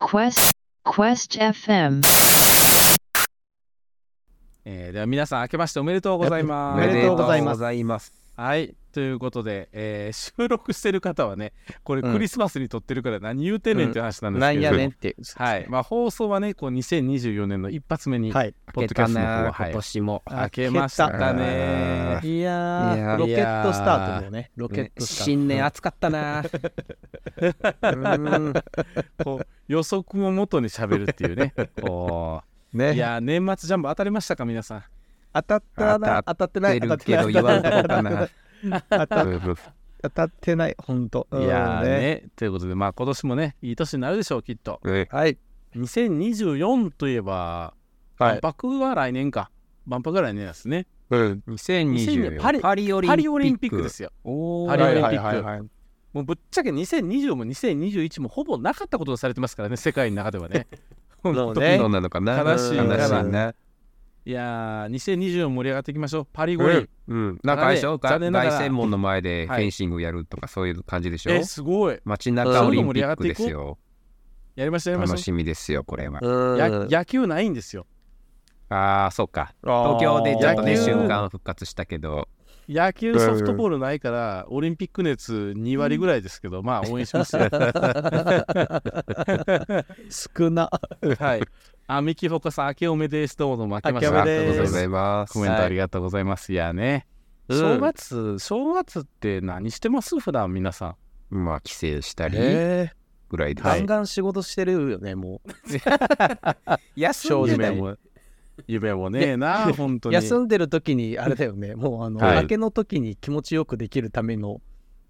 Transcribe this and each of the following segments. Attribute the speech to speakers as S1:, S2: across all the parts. S1: Quest Quest FM
S2: えーでは皆さん明けましておめでとうございます。
S3: おめでとうございます
S4: ます。
S2: はいということで、えー収録してる方はねこれ
S4: うん
S2: クリスマスに撮ってるから何言うてんねんっていう話なんですけど、
S4: なんやねんっていう。
S2: はいまあ、放送はねこう2024年の一発目に
S3: はい。
S2: ポッドキャストの方は、はい
S4: 今年も。
S2: 明けましたね。
S3: いやー
S4: いやー
S3: ロケットスタートのね、ロケットスタート。
S4: 新年暑かったな。うん
S2: こう予測も元に喋るっていう ねこうい
S4: ね。
S2: やー年末ジャンボ当たりましたか皆さん
S3: 当たったな、
S4: 当
S3: 当たってな
S4: 出
S3: い、当た
S4: る
S3: って
S4: け
S3: な
S4: ど
S3: い、
S4: 言わんとこかな。
S3: 当た当たってない、ほんと。
S2: い
S3: うん
S2: やーね。ということでまあ今年もねいい年になるでしょうきっと
S3: はい。
S2: 2024といえば、
S4: はい
S2: 万博は来年か万博は来年ですね
S4: 2020
S2: パリ
S4: パリオ
S2: パリオリンピックですよ
S4: おー
S2: パリオリンピック
S4: はいはいはいはい
S2: もうぶっちゃけ2020も2021もほぼなかったことをされてますからね世界の中ではね本当に
S3: そうね
S4: どうなのかな。
S2: 悲しい
S4: 悲しい
S3: うん
S4: ね。
S2: いやー2024盛り上がっていきましょうパリ五輪、
S4: うん。なんかあれでしょ
S2: 残
S4: が
S2: 念ながら
S4: 凱旋門の前でフ
S2: はい
S4: ェンシングやるとかそういう感じでしょ
S2: えすごい
S4: 街中オリンピックです
S2: そういう
S4: よ。
S2: やりましたやりま
S4: 楽
S2: し
S4: しみですよ、これは。
S2: たや野球ないんですよ
S4: ああ、そうか。
S3: 東
S4: 東京でちょっとね
S2: 野球
S4: 瞬間復活したけど
S2: 野球ソフトボールないからオリンピック熱2割ぐらいですけどまあ応援しますよ
S3: 少な。
S2: はいあみきほかさん明けおめですどうも明けまして
S3: 明けおめ
S4: あり
S3: で
S4: が
S3: す
S4: とうございます
S2: コメントありがとうございます。い、やね、
S4: うん
S2: 正月、正月って何してます普段皆さん。
S4: まあ帰省したり
S3: えー
S4: ぐらいです、
S3: ガンガン仕事してるよね、も
S4: 休
S3: んでな
S2: 夢
S3: い
S2: も、夢もねえな、本当
S3: う。
S2: に。
S3: 休んでる時に、あれだよ ね、もう、あの、
S2: はい
S3: 明けの時に気持ちよくできるための、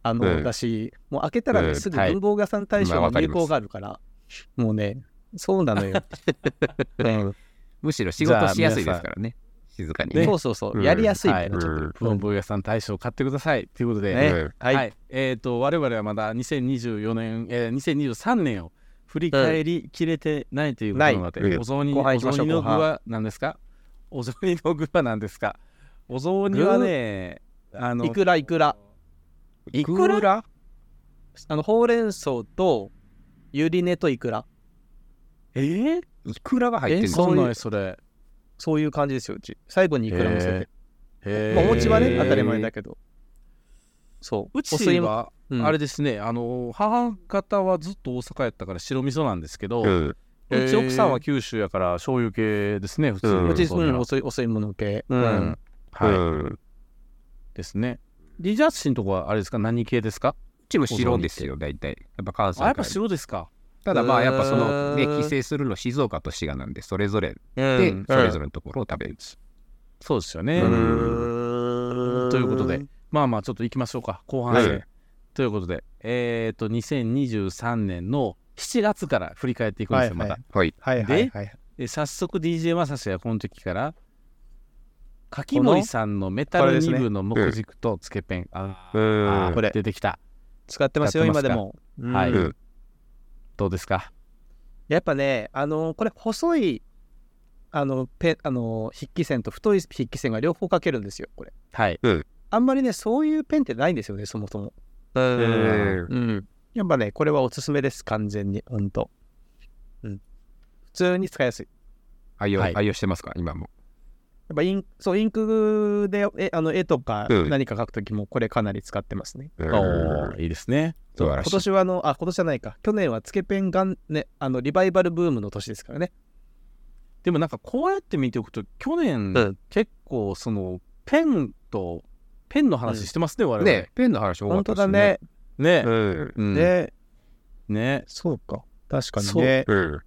S3: あ
S4: う
S3: の、
S4: ん
S3: だし、もう明けたら
S4: う
S3: ね、
S4: ん
S3: すぐ
S2: はい
S3: 文房具屋さん大賞
S4: まあ
S3: の
S4: わかり
S3: 流
S4: ま
S3: 行
S4: す
S3: があるから、もうね、そうな のよ。うん
S4: むしろ仕事しやすいですからね静かにね
S3: そうそうそうう、
S4: ん
S3: やりやすいみたい
S4: は
S3: ないちょっと。
S2: 文房具屋さん大賞買ってください。ということで、
S3: ね
S4: うん
S2: はい、
S3: はい。
S2: えっ、と、我々はまだ2024年、えー、2023年を振り返りきれてないということなので、
S4: ないうん
S2: お雑煮、
S3: 後半
S2: お
S3: 行きまし
S2: 雑
S3: ょう
S2: 煮の具
S3: 後
S2: は何ですかお雑煮の具は何ですかお雑煮はね、あの、
S3: いくらいくら。
S2: い
S3: いくらあのほうれん草とゆり根といくら
S2: えー、
S4: いくらが入って
S2: え、
S4: る
S2: そ
S4: の
S2: うなんやそれ。
S3: そういう感じですようち最後にいくらもせて、
S2: へー
S3: まあ、お餅は
S2: へ
S3: ね
S2: ー
S3: 当たり前だけどそう
S2: う
S3: お
S2: ち
S3: 吸いも
S2: は
S3: うん
S2: あれですね、あの母方はずっと大阪やったから白味噌なんですけど、う
S4: うん
S2: ち奥さんは九州やから醤油系ですね普通
S4: うん
S2: に
S3: おちうん
S2: は
S3: お吸いお吸い物系
S2: う
S3: うんん
S4: う
S2: い
S4: んう
S2: ですねリジャッシンとこはあれですか何系ですか
S4: ちも白ですよ大体やっぱ関西
S2: あやっぱ
S4: から
S2: 白ですか
S4: ただまあやっぱそのね
S3: うーん
S4: 帰省するの静岡と滋賀なんでそれぞれ
S3: うん
S4: でそれぞれのところを食べるんです
S2: そうですよね、
S4: うん
S2: ということでまあまあちょっと行きましょうか後半戦、
S4: うん
S2: ということでえっ、と2023年の7月から振り返っていくんですよまた、
S3: はい
S4: はい
S3: はいはいはい
S2: で早速 DJ まさしはこの時から柿森さんのメタル2部の木軸とつけペン、あーあー
S3: これ
S2: 出てきた
S3: 使ってますよ
S2: 使ってますか
S3: 今でも、うん
S2: はい
S4: うん
S2: どうですか
S3: やっぱねあのこれ細いあのペあの筆記線と太い筆記線が両方かけるんですよこれ
S2: はい
S3: あんまりねそういうペンってないんですよねそもそも
S4: うん
S3: うん。やっぱね、これはおすすめです、完全に。ほんと。うん。普通に使いやすい。
S4: 愛用
S2: はい
S4: 愛用してますか今も
S3: やっぱインそうインクでえあの絵とか
S4: うん
S3: 何か描くときもこれかなり使ってますね。
S4: うん
S2: おーいいですね
S4: 素晴
S3: 今
S4: らしい
S3: 年はあの、あ、今年じゃないか。去年はつけペンがん、ね、あのリバイバルブームの年ですからね。
S2: でもなんかこうやって見ておくと去年、
S3: うん
S2: 結構そのペンとペンの話してますね、我々
S4: ねペンの話多か
S3: ほ
S4: っ
S3: んと
S4: たです
S3: だね。
S2: ね,、
S4: うん
S2: うん
S3: ね、
S2: ね
S3: そうか。確かに
S2: そう
S3: ね。
S4: うん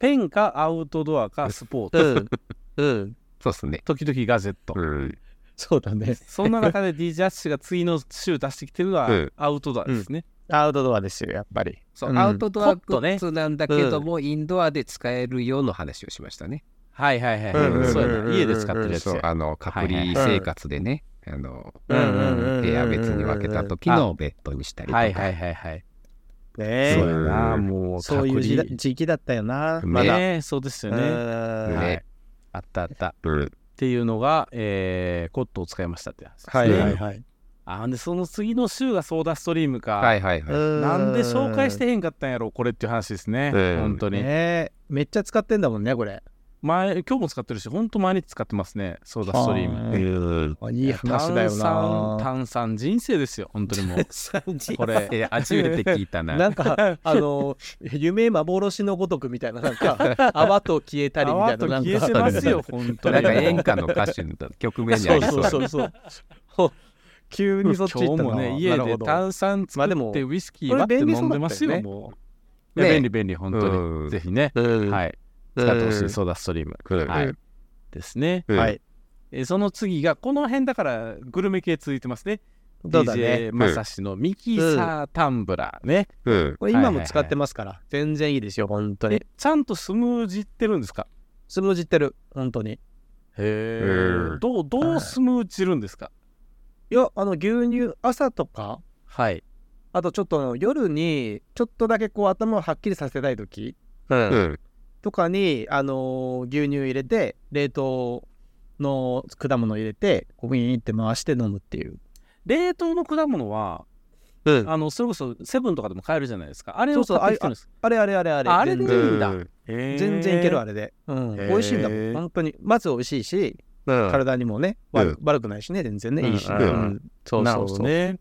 S2: ペンかアウトドアかスポーツ
S3: ん。うん。
S4: そうっすね
S2: 時々ガジェット、
S4: うん
S3: そうだね。
S2: そんな中で DJ アッシュが次の週出してきてるのは
S4: うん
S2: アウトドアですね、
S3: アウトドアですよ、やっぱり。
S4: そう、
S3: うん
S4: アウトドア
S2: コット
S4: グ
S2: ね
S4: ッズなんだけども、インドアで使えるような話をしましたね。
S2: はいはいはい、
S3: うんうん
S2: そうやな家で使ってるやつ
S4: そう
S2: や、
S4: あの隔
S2: はいはい
S4: 離
S3: はい
S4: 生活でね、あの
S3: うん
S4: 部屋別に分けた時のベッドにしたりとか、
S2: はいはいはいはい。
S3: ね
S2: そう
S4: だ
S2: や
S4: よ
S2: な、
S4: うん
S2: もう
S3: そういう
S2: 隔
S3: 時
S2: 離
S3: 代時期だったよな。
S4: ね
S3: まだ。
S2: ね、そうですよ
S3: う
S2: ね。
S3: ん
S4: ね
S2: はいあったあった。っ
S4: うん
S2: ていうのが、えーコットを使いましたって話です
S3: はい
S2: ね
S3: はいはい。
S2: あんでその次の週がソーダストリームか、
S4: はいはいはい。
S2: なんで紹介してへんかったんやろこれっていう話ですね、
S4: うん
S2: 本当に、
S3: ねめっちゃ使ってんだもんねこれ
S2: 前今日も使ってるし本当毎日使ってますねソーダストリーム
S3: はあいい話だよ
S2: 炭酸
S3: な
S2: 炭酸人生ですよ本当にも うこ れ
S4: え、初めて聞いたな。
S3: なんかあの夢幻のごとくみたいなな んか泡と消えたりみた
S2: 泡
S3: いなな
S2: と
S3: ん
S2: 消え
S3: か
S2: てますよ本当に
S4: なんか演歌の歌手の曲名にあ
S3: そうそ
S4: りそうう
S3: そ
S4: な。
S3: うそうほ急にそっち
S2: 今
S3: 行っ
S2: 日
S3: たな
S2: もね
S3: な
S2: 家
S3: るほ
S2: で
S3: ど
S2: 炭酸作
S3: まあで
S2: っ
S3: も
S2: てウイスキー割って飲んでますよ
S3: これ便利そう
S2: もう
S3: だったよね
S2: いや
S4: ね
S2: 便利便利本当に、
S4: うん
S2: ぜひね、
S3: うん
S2: はい使ってほし
S3: うん
S2: いソーダストリーム、
S4: うん
S2: はい、
S3: うん
S2: ですね、
S4: うん
S3: はい
S2: えーその次がこの辺だからグルメ系続いてますね
S3: そうだ
S2: DJ
S3: ね
S2: まさしのミキサータンブラーね、
S4: うん。
S3: これ今も使ってますから全然いいですよ本当に
S2: えちゃんとスムージーってるんですか
S3: スムージってる本当に
S2: へ
S4: ー
S2: ーどうどうスムージーるんですか
S3: いやあの牛乳朝とか
S2: はい
S3: あとちょっとあの夜にちょっとだけこう頭をはっきりさせたい時
S2: うん
S4: うん。
S3: とかに、あのー牛乳入れて冷凍の果物入れてここにって回して飲むっていう
S2: 冷凍の果物は
S3: うん
S2: あのそれこそセブンとかでも買えるじゃないですかあれ
S3: そ
S2: を
S3: うそう
S2: 買ってきてるんです
S3: あれあれあれあれ
S2: ああれ
S3: 全
S2: でいい
S3: 然
S2: んだ
S4: うん
S3: 全然いけるあ
S2: れ
S3: れで、うん、
S2: へー
S3: 美味しいんだもん本当にまず美味しいし
S4: うん
S3: 体にもね、
S4: うん
S3: 悪悪くないしね全然ねいいし、
S2: うん
S4: うん
S3: そう
S2: なる
S3: そ
S2: ほ
S3: うそ
S2: ど
S3: う、
S2: ね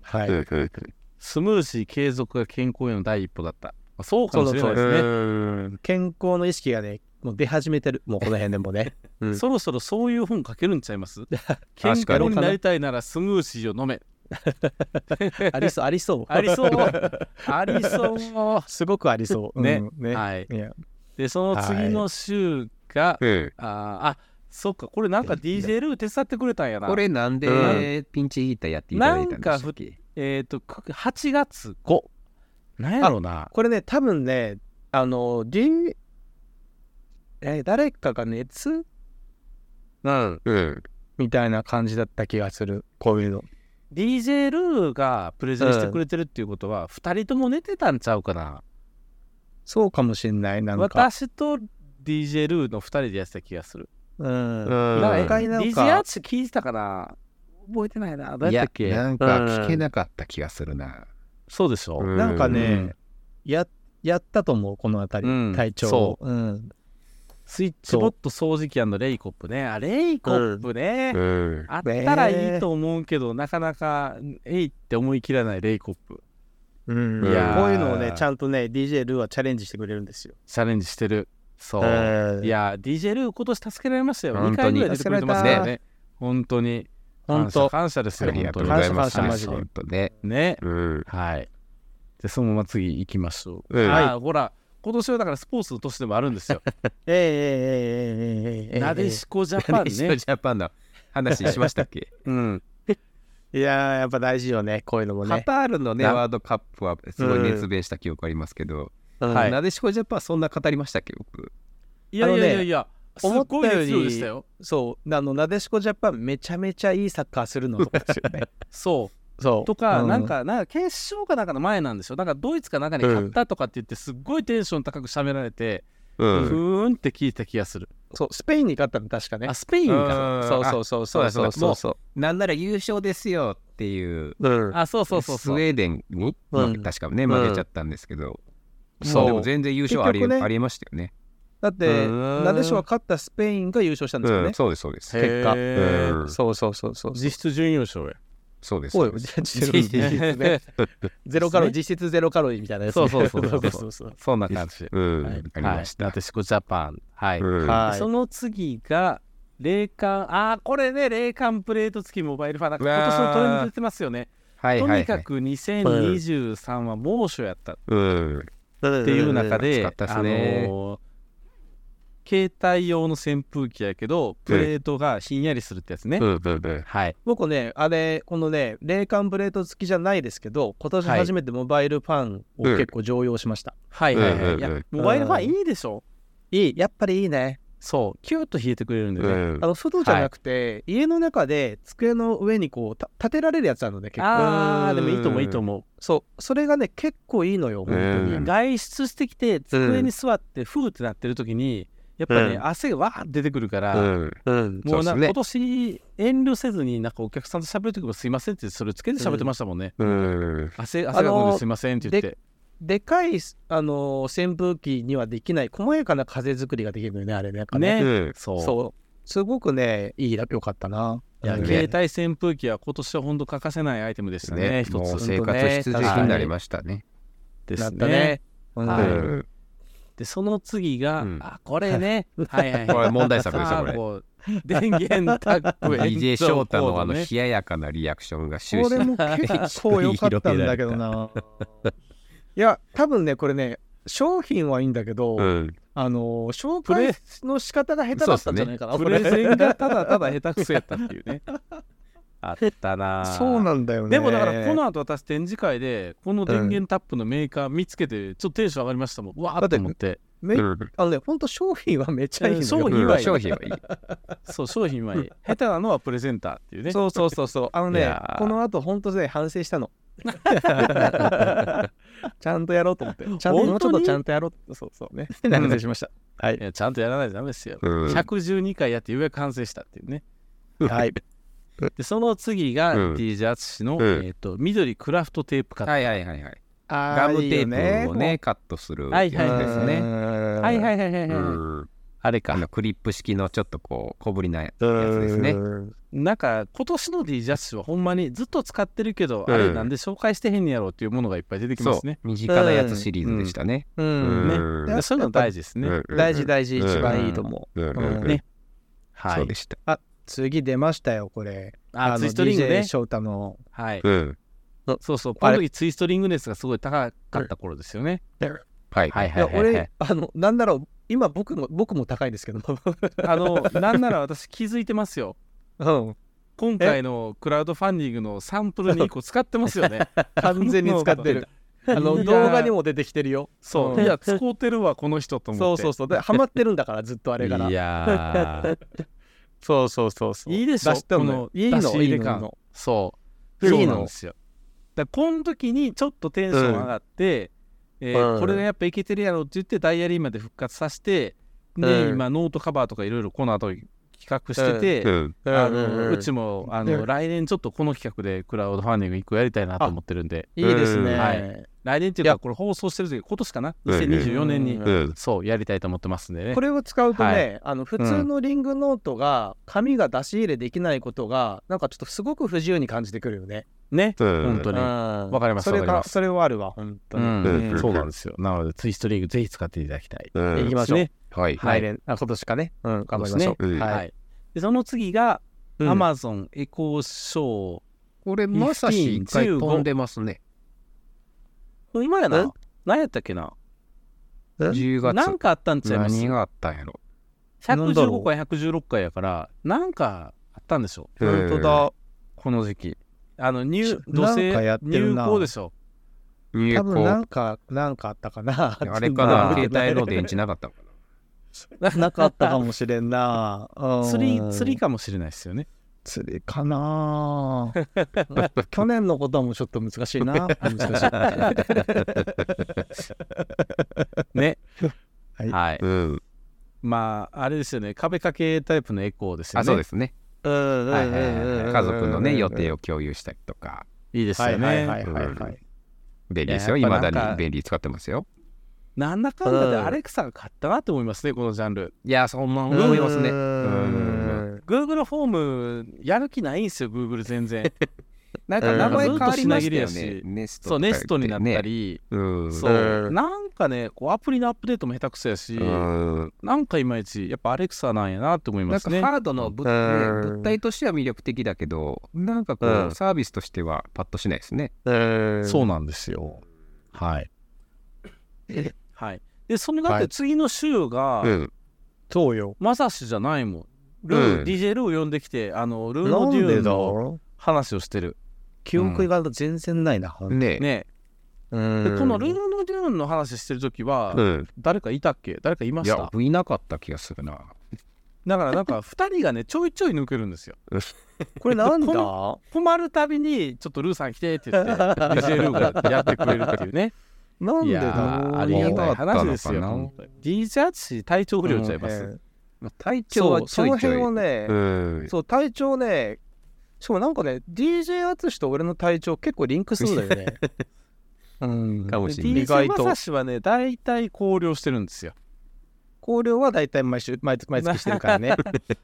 S3: はい、
S4: うんうん
S2: スムージー継続が健康への第一歩だったあそうかもしれないですね
S4: うん
S3: 健康の意識がねもう出始めてるもうこの辺で もね
S4: うん
S2: そろそろそういう本書けるんちゃいます健
S4: 確か
S2: 康
S4: に
S2: になりたいならスムージーを飲め。
S3: ありそうありそう
S2: ありそうありそう。
S3: すごくありそう、うん
S2: ね
S3: ね、
S2: はい。
S3: いや
S2: で、その次の週が、
S4: うん
S2: あーあ、そっか、これなんか DJ ルー手伝ってくれたんやな。
S4: これなんでピンチヒーターやっていただいたんですっけ
S2: えっ、と、く8月5。なんやろな。
S3: これね多分ねあの D えー誰かが熱
S4: うん。うん。
S3: みたいな感じだった気がするこういうの
S2: DJ ルーがプレゼンしてくれてるっていうことは、2人とも寝てたんちゃうかな。
S3: そうかもしんないなんか
S2: 私と DJ ルーの2人でやってた気がする。
S3: うん
S4: うん
S3: なんかなん
S2: DJ
S3: か
S2: アーチ聞いてたかな覚えてないな。どう
S4: い
S2: やっ
S4: や
S2: たっけ
S4: なんか聞けなかった気がするな。
S2: そうでしょ、
S4: うん
S3: なんか
S4: う
S3: ね
S4: ん
S3: ややったと思うこの辺り、
S2: うん
S3: 体調をうん
S2: スイッチボット掃除機レイコップね。あ、レイコップね。
S4: うん。
S2: あったらいいと思うけど、なかなか、えいって思い切らないレイコップ。
S3: うん
S4: いやー
S3: こういうのをねちゃんとね DJ ルーはチャレンジしてくれるんですよ
S2: チャレンジしてる。そう。
S3: うん
S2: いやー、DJ ルー今年助けられましたよ。
S4: 本
S2: 2
S4: 当
S2: 回
S4: に
S2: ぐらい出てくれてますから
S3: 助けら
S2: ね。本当に。
S3: 本
S2: 感謝
S3: 当
S2: 感謝です
S4: あ
S2: よ、
S4: り
S2: 本
S4: が
S2: 当
S4: とう
S2: に
S3: 感謝
S4: ご。ざいます。
S3: 感謝マジで
S4: 本当ね。
S2: ね。
S4: うん。
S2: はい。で、そのまま次行きましょう。
S4: うん
S2: あーほら、今年はだからスポーツの年でもあるんですよ。
S3: ええええええええええええええ
S2: なでしこジャパン
S4: 一緒
S2: ね。
S4: ジャパンの話しましたっけ
S2: うん。
S3: いやーやっぱ大事よねこういうのも
S4: カ
S3: ね
S4: タールのね、
S2: な
S4: ワールドカップはすごい熱弁した記憶ありますけど、
S2: はい
S4: なでしこジャパンそんな語りましたっけ、僕。
S2: いやいやい
S3: あの
S2: や
S3: ね
S2: いや、す
S3: 思
S2: っ
S3: っ
S2: ごい
S3: たより
S2: 熱量でしたよ。
S3: そうあのなでしこジャパンめちゃめちゃいいサッカーするのとかですよね
S2: そう。
S3: そう
S2: とか、
S3: う
S2: なんか、なんか決勝かなんかの前なんでしょ。なんかドイツかなんかに勝ったとかって言って、すっごいテンション高く喋られて、
S4: う
S2: ふ。ーんって聞いた気がする。
S3: そうスペインに勝ったの確かね
S2: あ、スペインか。
S3: そうそうそうそうそうそうそ
S4: なんなら優勝ですよっていう、
S3: う。うん。
S2: あ、そうそうそう
S4: ス
S2: そ
S4: ウ
S2: う。
S4: ェーデンに、
S3: うん
S4: 確かね、
S3: ん
S4: 負けちゃったんですけど、
S3: そう
S4: もでも全然優勝あり,、
S3: 結局ね
S4: ありえましたよね。
S3: だって、
S2: うん
S3: なでしこが勝ったスペインが優勝したんですよ
S4: う
S3: ね
S4: ん。そうです、そうです。
S2: へ
S3: 結果
S2: ー
S4: うん
S3: そうそうそうそう。
S2: 実質準優勝や。
S4: そうです。
S3: そうよ、
S4: そうです
S3: 実質実質ねゼロカロリー、実質ゼロカロリーみたいなやつね。
S2: そうそうそうそう
S3: そう。
S2: そんな感じ。
S4: うん、
S2: はい
S4: ありました。
S2: なでしこジャパン。はい。
S4: うん
S3: はい。
S2: その次が、冷感、あー、これね、冷感プレート付きモバイルファン、なんか
S4: うわー
S2: 今年のトレンド出てますよね。
S4: はい
S2: と
S4: はいは
S2: に
S4: い
S2: かく2023は猛暑やった。
S4: うん、
S2: っ
S3: っ
S2: ていう中で、
S4: 暑かったっすね
S2: あのー携帯用の扇風機やけどプレートがひんやりするってやつね、
S4: うんうん
S2: はい
S3: 僕ね、あれ、このね、冷感ブレード付きじゃないですけど、今年
S2: はい
S3: 初めてモバイルファンを結構常用しました。
S2: はいはいはい,、
S4: うん
S2: いや
S4: うんうん
S2: モバイルファンいいでしょ
S3: いい、やっぱりいいね。
S2: そうキュッと冷えてくれるんで
S4: う
S2: ね、
S4: ん
S3: あの外じゃなくて、家の中で机の上にこうた立てられるやつなので、結構。
S2: あーでもいいと思ういいと思う、
S3: そう、それがね、結構いいのよ、本当に。
S4: うん
S2: 外出してきて机に座ってフーってなってる時にやっぱね、
S5: うん
S2: 汗がわーって出てくるから、
S5: うん。
S4: うん
S2: もうな
S4: そ
S2: んか
S4: うで
S2: 今
S4: すね。
S2: 年遠慮せずになんかお客さんと喋るときもすいませんってそれつけて喋ってましたもんね、
S5: うん。
S2: 汗汗が
S3: あ
S2: くん
S3: の
S2: で
S3: ー
S2: すいませんって言って
S3: でかい、あのー扇風機にはできない細やかな風作りができるのよねあれねやっぱ
S2: ね、
S3: ね
S5: うん
S2: そう
S3: そうすごくねいいらよかったない
S2: や
S3: うん
S2: 携帯扇風機は今年は本当欠かせないアイテムでしたね
S4: ね、
S2: 一
S4: もう
S2: つ
S4: 生活必需品になりましたね。
S2: で
S3: なっ
S2: す
S3: た
S2: ね
S3: ねうん
S2: は
S5: う
S2: い
S5: ん
S2: でその次が、
S5: うん
S2: あこれねはいはい
S4: これ問題作ですよ
S2: さあ
S4: これ
S2: う電源タップ
S4: DJ 翔太のあの
S2: ね
S4: 冷ややかなリアクションが終
S3: こ
S4: 始
S3: れも結構良かったんだけどな いや多分ねこれね商品はいいんだけど、
S5: うん。
S3: あのー紹介の仕方が下手だったんじゃないかな
S2: プ
S3: これ
S2: レゼンがただただ下手くそやったっていう ねあったなぁ
S3: そうなんだよね
S2: でもだからこの後私展示会でこの電源タップのメーカー見つけてちょっとテンション上がりましたもんうわーって思って
S3: めあのねほんと商品はめっちゃいいのよ
S2: 商品はいい
S4: 商品はいい。
S2: そう商品はいい下手なのはプレゼンターっていうね
S3: そうそうそうそう。あの
S2: い
S3: ね
S2: やー、
S3: この後本当ね反省し たの。ちゃんとやろうと思って。ちゃんと
S2: 本当に
S3: もうちょっとちゃんとやろうと。そうそうね。反省しました。はい
S2: い。やちゃんとやらないとダメですよ
S5: うん。
S2: 112回やってようやく完成したっていうね
S3: はい。
S2: でその次が
S5: うん
S2: DJ 淳の、
S5: うん
S2: えー、と緑クラフトテープカッ
S4: はいはいはいはい。
S3: ガ。
S4: ガムテープをね、カットする
S2: は
S4: や
S2: い
S4: つ
S2: はいはい
S4: ですね。
S2: トはいはいいはいはい、
S5: う
S2: はい
S5: ん。
S2: あれ
S4: あ
S2: か
S4: のクリップ式のちょっとこう小ぶりなやつ
S5: う
S4: ですね。
S5: ん。
S2: なんか今年の DJ 淳はほんまにずっと使ってるけど、
S5: うん
S2: あれなんで紹介してへんねやろうっていうものがいっぱい出てきま
S4: そ
S2: すね
S4: う、身近なやつシリーズでしたね。
S3: う。
S5: うん
S2: ね
S5: ん
S2: でそういうの大事ですね、
S5: うん
S3: 大事大事
S5: うん
S3: 一番いいと思う。
S5: うん
S3: うん
S2: ねは
S4: そう
S2: い
S4: でした。
S3: 次出ましたよこれ。
S2: あ
S3: の
S2: ツイストリング
S3: DJ
S2: ね
S3: 翔太の。
S2: はい
S5: うん。
S2: そうそうこ
S3: あれ
S2: の時ツイストリング熱がすごい高かった頃ですよね
S4: はい。
S2: はいは
S3: い
S2: い
S3: や
S2: はいはい
S3: 俺あのなんだろう今僕の僕も高いんですけど。
S2: あのなんなら私気づいてますよ
S3: うん。
S2: 今回のクラウドファンディングのサンプルに1個使ってますよね
S3: 完全に使 ってる。あの動画にも出てきてるよ。
S2: そううんいや使うてるわこの人と思
S3: そ
S2: っ
S3: う
S2: て
S3: そうそう。で、ハマってるんだから、ずっとあれから
S2: い。やー
S3: そうそうそうそう。
S2: いいでしょ
S3: 出したのよ
S2: この
S3: いい
S2: 出し
S3: の、
S2: 入
S3: い
S2: れ
S3: い
S2: 感
S3: の。
S2: そう
S3: いいの
S2: そうなんですよだからこの時にちょっとテンション上がって、えー
S5: うん
S2: これがやっぱいけてるやろって言ってダイアリーまで復活させて、で
S3: うん
S2: 今ノートカバーとかいろいろこの後企画して
S5: う
S2: て、
S5: ん。
S2: あ
S3: うんうん
S2: の
S3: うん
S2: うちもあの、
S3: うん
S2: 来年ちょっとこの企画でクラウドファンディング一個やりたいなと思ってるんで
S3: いいです
S5: うん
S2: は
S3: ね。
S2: 来年っていうか
S3: いや
S2: これ放送してる時今年かな
S5: うん
S2: 2024年に、
S3: うん
S5: うん。
S2: そうやりたいと思ってますんでね
S3: これを使うと
S2: は
S3: ね、あの普通のリングノートが紙が出し入れできないことが、なんかちょっとすごく不自由に感じてくるよね。
S2: ね
S5: うん
S2: 本当に
S3: わ
S2: わかります
S3: それ
S2: わかります
S3: それはあるわ、本当に。
S2: うん
S5: うん
S2: そうなんですよなのでツイストリーグぜひ使っていただきたい
S5: うん
S3: 行きましょう
S2: ね
S4: はい。
S2: はい
S3: 来年、あ今年かね。うん、頑張りましょ
S2: ね
S3: う。
S5: うん
S2: は、
S3: はい
S2: でその次が、
S3: うん
S2: Amazon エコーショー
S4: これまさし一回
S2: 15
S4: 飛んでますね。
S2: これ今やなん何やったっけな
S4: 10
S2: 何
S4: 月。
S2: かあったんちゃいます
S4: 何があったんやろ。
S3: なんだろ
S2: 115
S3: う
S2: 回116回やから何かあったんでしょ
S5: うん
S3: 本当だ。
S2: この時期あの入土
S3: なんかや
S2: 星
S3: って
S2: 入
S3: るな
S2: 校でしょ
S4: 入
S3: 多分な
S4: 校。
S3: んか、なんかあったかな。
S4: あれかな
S3: 全
S4: 携
S3: 然
S4: 帯の電池なかったのかな。
S3: なかったかもしれんな。うん
S2: 釣り釣りかもしれないですよね
S3: 釣りかなぁ去年のことはもうちょっと難しいな難し
S2: ね
S3: はい
S2: はい
S5: うん。
S2: まああれですよね壁掛けタイプのエコーですよね
S4: あ、そうですね。
S3: いうん
S4: はいはいはいはい。家族のね、予定
S3: を
S4: を共有したりとか。
S2: いいですよね、
S3: はいはいはいはい、はい
S4: 便利ですよ。
S2: いや
S4: い
S2: やっ
S4: ま
S2: ぱな
S4: だ
S2: んか
S4: に便利使ってますよ。
S2: なんだかんだで
S3: うん
S2: アレクサが買ったなって思いますねこのジャンル
S4: いや、そんな思いますね。
S3: う
S4: うん
S3: ん
S2: Google フォームやる気ないんですよ Google 全然
S4: なん
S3: う
S4: か
S3: ん
S4: 名前変わりましたよ
S2: ずっと品切れや
S4: ね
S2: し。
S4: ネスト
S2: そう、
S4: とか言
S2: ネ
S4: て
S2: ストになった。り、
S5: うん。
S2: そうう、
S3: ん
S2: なんかね、こうアプリのアップデートも下手くそやし、
S5: うん。
S2: なんかいまいち、やっぱアレクサなんやなって思い
S4: な
S2: ま
S4: ん
S2: す
S4: か
S2: ね。
S4: ハードの物,、
S5: うん
S4: ね、物体としては魅力的だけど、なんかこ
S5: うん
S4: う、サービスとしてはパッとしないですね。
S5: うん。
S2: そうなんですよ。はい。はい。で、そのだっ
S3: は
S2: て
S3: い
S2: 次の週が
S5: う、ん。
S3: そうよ
S2: まさしじゃないもん。ル
S5: う
S2: ー、
S5: ん
S2: DJ ルーを呼んできて、あの、ルー
S3: な
S2: の
S3: ん
S2: デュー
S3: で
S2: ン
S3: だ
S2: の話をしてる。
S3: 記憶が全然ないな、
S4: ね
S2: ね。
S3: うん
S2: で、このルーのデューンの話してるときは
S5: う、ん。
S2: 誰かいたっけ誰かいま
S4: い
S2: し
S4: や
S2: た、
S4: いなかった気がするな。
S2: だからなんか、2人がね、ちょいちょい抜けるんですよ。
S3: これなん
S2: こ
S3: だ
S2: 困るたびに、ちょっとルーさん来てって言って、DJ ルーがやってくれるっていうね。
S3: なん
S2: い
S3: でだ
S2: や
S3: ろう
S2: ーありがたい話です
S4: なかったのかな
S2: よ。本当に DJ 淳体調不良になっちゃいま
S3: う
S2: す。
S3: ん
S4: 体調
S3: そ
S4: は
S3: う
S4: ち
S3: そ
S4: ょ
S3: の
S4: いちょ
S3: 辺
S4: い。
S3: をね、
S5: うん。
S3: そう体調ねしかもなんかね DJ 淳と俺の体調結構リンクするんだよねうん
S5: かもしれない
S3: 意外
S2: DJ
S3: と
S2: 正志はね、大体考慮してるんですよ。
S3: 香料は大体毎週毎毎月してるか らね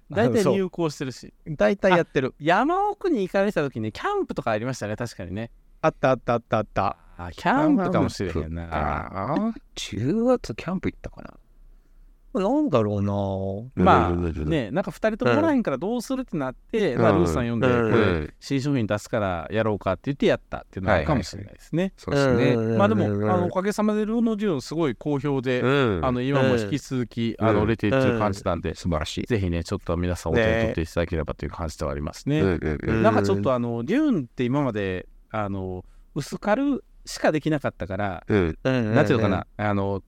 S2: 大体
S3: そう
S2: 入校してるし。
S3: 大体やってる
S2: 山奥に行かれてた時にキャンプとかありましたね、確かにね。
S3: あったあったあったあった
S2: あキャンプかもしれへんな。
S4: ああ、10月キャンプ行ったかな。
S3: なんだろ
S2: まあ
S5: うん
S2: ね、なんか2人ともおらへんからどうするってなって、
S5: うん
S2: まあ、ルースさん読んで、
S5: うん
S2: これ新商品出すからやろうかって言ってやったっていうのがあるかもしれないですね。
S4: そうう
S3: な
S4: ですね。
S3: うん
S2: まあでも、あのおかげさまでルーノジューンすごい好評で、
S5: うん。
S2: あの今も引き続き、あの
S5: うん
S2: 売れているという感じなんで、
S4: 素晴らしい。
S2: ぜひね、ちょっと皆さんお手に取っていただければという感じではありますね。
S5: うんうんうん
S2: なんかちょっとあの、デューンって今まで、あの、薄軽しかできなかったから、
S5: うん。
S3: うん
S2: なんていうのかな、あの、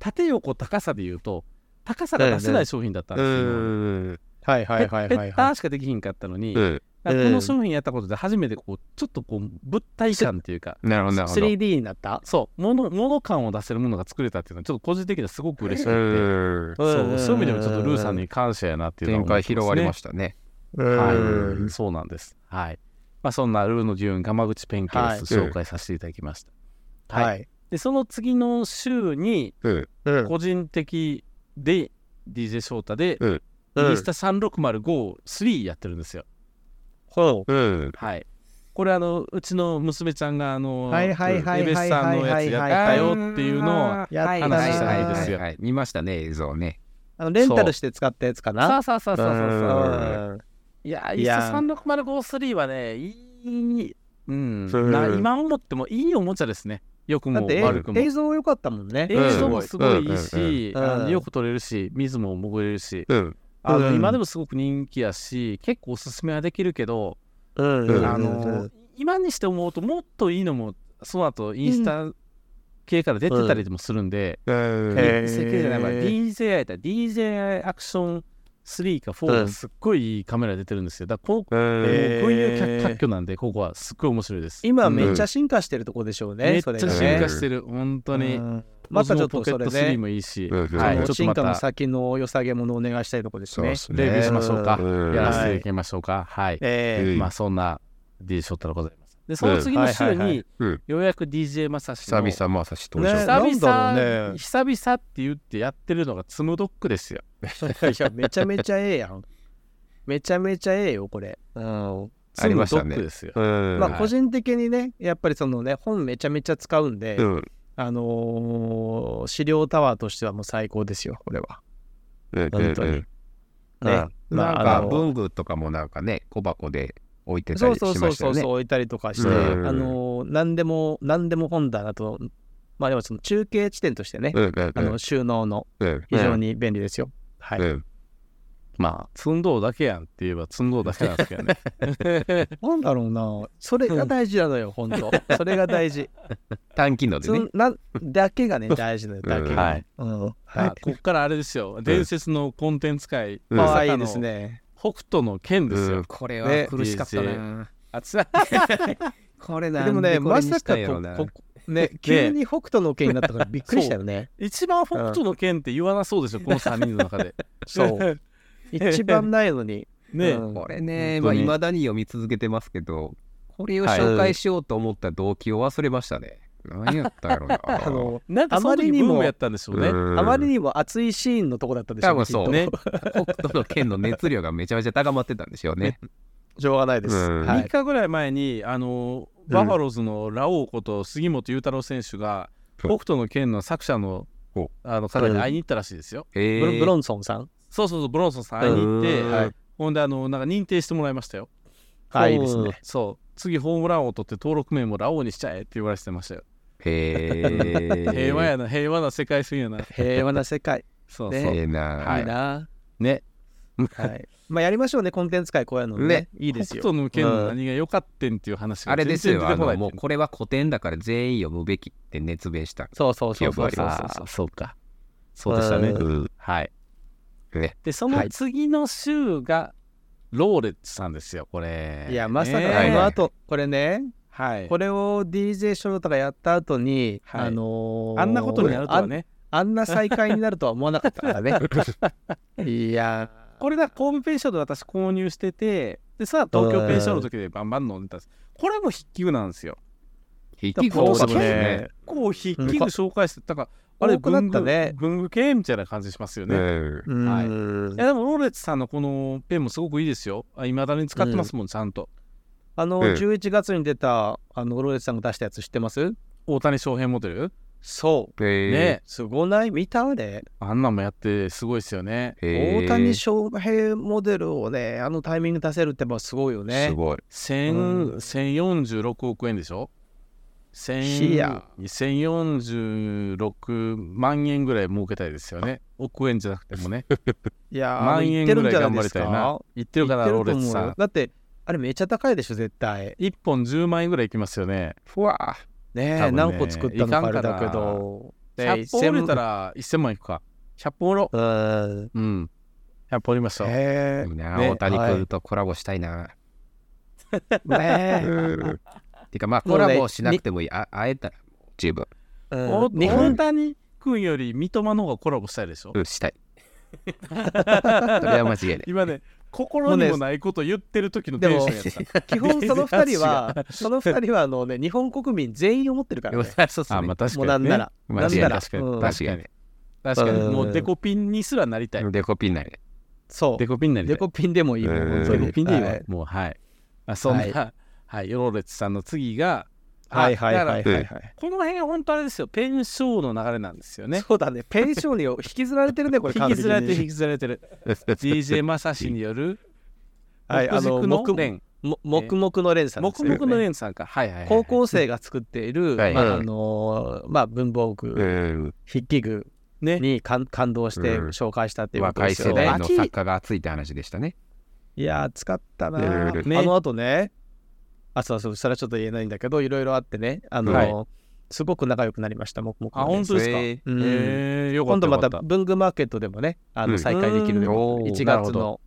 S2: 縦横高さで言うと、高さが出せない商品だったん
S5: う
S2: ですよ。
S5: ん。
S3: はいは
S2: ペ
S3: い
S2: ッ
S3: はい
S2: ペ
S3: はい
S2: ッ
S3: は
S2: タ
S3: い
S2: ーしかできひんかったのに、
S5: うん
S2: なんかこの商品やったことで初めてこう、ちょっとこう、物体感っていうか、
S5: なるほど、なるほど。
S3: 3D になった
S2: そう、もの、もの感を出せるものが作れたっていうのは、ちょっと個人的にはすごく嬉しくて。
S5: うん
S2: そうそういう意味でもちょっとルーさんに感謝やなっていうのは思
S4: 展
S2: っ
S4: 開
S2: てすね
S4: 広がりましたね。
S2: は、
S3: はい
S2: そうなんです。はい。まあ、そんなルーの順、ガマ口ペンケース
S5: はい
S2: 紹介させていただきました。
S3: いはい
S2: で、その次の週に、
S5: うん。
S3: うん
S2: 個人的で DJ 翔太で、
S5: うん
S2: インスタ36053やってるんですよ。
S3: ほ
S5: うん。
S2: はい。これあのうちの娘ちゃんがあの、
S3: はいはいはい
S2: エベスさんのやつやったよっていうのを
S3: やった
S2: 話したいですよ
S4: はいはいはい見ましたね、映像ね。
S3: あのレンタルして使ったやつか
S2: さ
S3: な
S2: あさあさあさあさあ
S5: う
S2: さあ
S3: うん
S2: いや
S3: い
S2: インス
S3: や
S2: タ36053はねいい、うん
S5: うん
S2: な今思ってもいいおもちゃですねよく
S3: だ
S2: も
S3: って
S2: 悪くも
S3: え映像良かったもんね
S5: ん
S2: 映像もすごいいいし、
S3: うんうんうん
S2: あ
S3: う
S2: の
S3: ん
S2: よく撮れるし水も潜れるし、
S5: うん。
S2: あの
S3: うん
S2: 今でもすごく人気やし結構おすすめはできるけど、
S3: うん
S5: うん
S2: あの今にして思うともっといいのもその後インスタ系から出てたりもするんで、
S5: うん。
S3: へー
S2: 設計じゃないわ DJI やったら DJI アクション3か4
S3: う
S2: が
S3: ん
S2: すっごいいいカメラ出てるんですよだからこう,、
S5: うん
S2: こういう
S3: へ
S2: 脚
S3: ー
S2: 脚挙なんでここはすっごい面白いです
S3: 今めっちゃ進化してるとこでしょうね、
S2: めっち
S3: そ
S2: ゃ
S3: れ
S2: 進
S3: がね
S2: 化してる本当に、
S3: うんまたちょっとそれ
S2: ポケット3
S3: ね
S2: もいいし、
S5: うんうん
S2: はい、
S5: そう
S2: ちょっと
S3: 進
S2: ま
S3: 化の
S2: た
S3: 先の良さげものをお願いしたいとこです
S4: そう
S3: ね
S4: で。すね。
S2: レビューしましょうか、
S5: うん
S2: やらせていきましょうかはい、
S3: え
S5: うん
S2: まあそんな D ショットでございますでその次の週に、
S3: はいはいはい
S5: うん
S2: ようやく DJ まさし
S4: 久
S2: の
S4: 々、まさし登場。
S3: ね
S2: 久々
S3: なんだろうね
S2: 久々って言ってやってるのがツムドックですよ。
S3: えいやめちゃめちゃええやん。めちゃめちゃええよ、これ。うん
S2: ツ
S4: あり
S2: ムド
S4: ました
S2: ッ
S4: ね
S2: クですよ。
S5: うん。
S3: まあ、個人的にね、やっぱりそのね、本めちゃめちゃ使うんで
S5: う、ん。
S3: あのー資料タワーとしてはもう最高ですよ、これは。
S5: うん。
S3: 本当に
S4: ね
S3: ね
S4: なん
S3: まああ
S4: か
S3: の
S4: 文具とかもなんかね、小箱で置いてた
S3: そ
S4: り
S3: う
S4: し
S3: そうそ
S4: ま
S3: う
S4: した
S3: そ
S4: よ
S3: う
S4: ね
S3: そう。置いたりとかして、
S5: うん
S3: あのー何でも何でも本棚と、まあでもその中継地点としてね、
S5: うん。うん。
S3: あの収納の
S5: うん、
S3: 非常に便利ですよ。は
S5: う
S3: い。
S5: ん。
S2: まあ、積んどうだけやんって言えば積んどうだけなんですけどね。
S3: なんだろうな、それが大事なのよ、本当。それが大事。
S4: 短期ので
S3: そ
S4: ね
S3: ん。なだけがね、大事なのよだけが。
S2: はい。
S3: うん。
S2: ま
S3: は
S2: あ
S3: い。
S2: こっからあれですよ。伝説のコンテンツ界、
S5: うん
S2: ま
S3: 可
S2: さ
S3: 愛
S2: か
S3: い
S2: の
S3: ですね。
S2: 北斗の剣ですよ。
S4: これ
S3: ね
S4: は苦しかったな。
S2: あつら
S4: これなん
S3: でもね、
S4: これ
S3: ま
S4: に
S3: さ
S4: した
S3: か
S4: んやろうな
S3: ここ ね、急に北斗の拳になったからびっくりしたよね。
S2: 一番北斗の剣って言わなそうでしょ、この3人の中で。
S3: そう。 一番ないのに。
S2: ね、
S3: うん
S4: これね、
S2: 本
S4: ま
S2: 当
S4: あ、
S2: に
S4: 未だに読み続けてますけど、これを紹介しようと思った動機を忘れましたね。何やったんやろうな。
S3: あの、
S2: なんかその時ブームやったんでしょうね。
S3: あまりにも熱いシーンのとこだったでしょ
S4: 多分そう
S3: きっ
S2: ね。
S4: 北斗の剣の熱量がめちゃめちゃ高まってたんでしょうね。
S3: としょうがないです。
S5: うん
S3: は
S2: 3
S3: い。
S2: 日ぐらい前に、あの、バファローズのラオウこと杉本裕太郎選手が、
S5: うん
S2: 北斗の剣の作者の
S5: お
S2: あの方に会いに行ったらしいですよ。
S4: え
S3: ブロブロンソンさん。
S2: そうそうそう、ブロンソンさん会いに行って、
S5: うん
S2: はいほんで、あの、なんか認定してもらいましたよ。
S3: はい、いいですね。
S2: そう。次、ホームラン王を取って登録名もラオウにしちゃえって言われてましたよ。
S4: へえ。
S2: 平和やな、平和な世界すぎやな。
S3: 平和な世界。
S2: そうそう。
S4: ええな。
S2: はい
S3: いいな。
S2: ね。
S3: はい。まあ、やりましょうね、コンテンツ界こういうのね
S4: ね。
S3: いいです
S2: 北
S3: よ。
S2: 斗の剣の何が良かってんっていう話が
S4: あれです
S2: 全
S4: よ、
S2: 然
S4: あ
S2: 出てこな
S4: の
S2: い
S4: もうこれは古典だから全員読むべきって熱弁した。
S3: そうそうそうそう
S4: 記
S3: そ
S4: 憶
S3: う
S4: あ
S3: そう
S2: ああ、そうか。そうでしたね。
S5: うん。
S2: はい。
S4: ね
S2: で、その次の週が、ローレッツさんですよ、これ、
S3: いや、まさか
S2: ね
S3: この
S4: は
S3: 後、これね、
S2: はい
S3: これを DJ ショートがやった後に、
S2: はい
S3: あのー
S2: あんなことになるとはね
S3: あんあんな再会になるとは思わなか ったからねいやー
S2: これだホームペンションで私購入しててでさ東京ペンションの時でバンバン飲んでたんですこれも筆記具なんですよ
S4: 引
S3: だ
S4: き
S3: から
S4: こ
S3: そ
S4: そう
S3: で
S4: うですす
S3: ね
S4: ね。
S2: こう筆記具紹介してだからあれ
S3: 多くなったね
S2: 文具文具系みたいな感じしますよね、
S4: うん
S3: うーん、
S2: はいいやでもローレッツさんのこのペンもすごくいいですよいまだに使ってますもん、ちゃんと
S3: あの、
S4: うん
S3: 11月に出たあのロレスさんが出したやつ知ってます
S2: 大谷翔平モデル
S3: そう
S4: え
S2: ね
S3: すごない見たあれ、
S2: あんなんもやってすごいですよね
S4: ーへー
S3: 大谷翔平モデルをねあのタイミング出せるってやっぱすごいよね
S4: すごい。
S2: 千
S3: うん
S2: 1046億円でしょ千
S3: いや
S2: 1046万円ぐらい儲けたいですよね億円じゃなくても ね
S3: いやー
S2: 万円ぐらい頑張
S3: 言
S2: り
S3: って
S2: た
S3: るん
S2: い
S3: じゃない
S2: な
S3: で
S2: 言ってる
S3: す
S2: かな
S3: か言
S2: ロ
S3: っ
S2: ーレ
S3: て
S2: ッツ
S3: ると思う
S2: さ
S3: よ
S2: ん
S3: だってあれめちゃ高いでしょ絶対
S2: 1本10万円ぐらいいきますよね
S4: ふわ
S3: ねえ
S2: 多分ね
S3: 何個作ったのかあれだけど
S2: 100本折れたら1000万いくか100本折ろ
S3: うーん
S2: ううん100本折りましょう
S3: へえ
S4: いいな、
S2: ね
S4: 大谷君とコラボしたいな。
S3: ね
S4: てかまあ
S3: も
S4: コ
S3: うね
S4: ラボしなくてもいい。あ会えたら十分
S3: え、
S2: お
S3: うん、日
S2: 大
S3: 本
S2: 谷君より三笘の方がコラボしたいでしょ
S4: うんし たい。それは間違いない。
S2: 今ね心にもないこと言ってる時のテンションやった
S3: 基本その二人はその二人はあのね日本国民全員思ってるから、ね、
S4: そうっす
S2: あ
S4: ね
S2: まあ 確か
S3: もう
S2: に
S3: なんな
S2: ね
S3: ら、
S4: ま
S3: な
S4: あ
S3: んなら
S2: 確かに
S3: うん
S4: 確かに。
S2: 確かに
S3: うん
S2: もうデコピンにすらなりたい
S4: デコピンなりね。
S3: そう
S2: デコピンになりた
S3: デ
S2: い
S3: コピンでもいいもん
S4: うん
S3: 本当
S2: デ
S3: に
S2: コピンでいい
S3: は
S2: わ
S3: い
S2: もうはいあそん
S3: はい
S2: なはいヨロレツさんの次があ
S3: はいはい
S2: だか
S3: はい
S2: ら
S3: はいはい
S2: この辺本当あれですよペンショーの流れなんですよね
S3: そうだねペンションに 引きずられてるねこれ
S2: 引きずられてる引
S3: 完
S2: きずられてる DJ マサシによる
S3: はいあ
S2: 木
S3: の木
S2: のレン
S3: 璧にも黙々の連鎖
S2: 黙々の
S3: ン
S2: レンさんかはいはいはい
S3: 高校生が作っている、
S4: はい
S3: まああのーまあ、文房具、
S4: うん
S3: 筆記具
S2: ね
S3: に感感動して
S4: うん
S3: 紹介したっていうこと
S4: 若
S3: で
S4: い
S3: すよ
S4: 世
S3: ね。
S4: 代の作家が熱いって話でしたね。
S3: いやー、使ったな
S4: うん
S3: ー、
S2: ね
S3: あの後ね、あ、そうそう、それはちょっと言えないんだけど、いろいろあってね、あのー
S2: は
S3: すごく仲良くなりました、もくもく
S2: あ本当ですかへ
S3: うん
S2: えよか
S3: 今
S2: った
S3: 度ま
S2: よか
S3: た
S2: った
S3: 文具マーケットでもね、あ
S4: う
S3: の
S4: ん
S3: 再開できるよう
S4: うん
S3: に、1
S2: なるほ
S3: 月の
S2: ど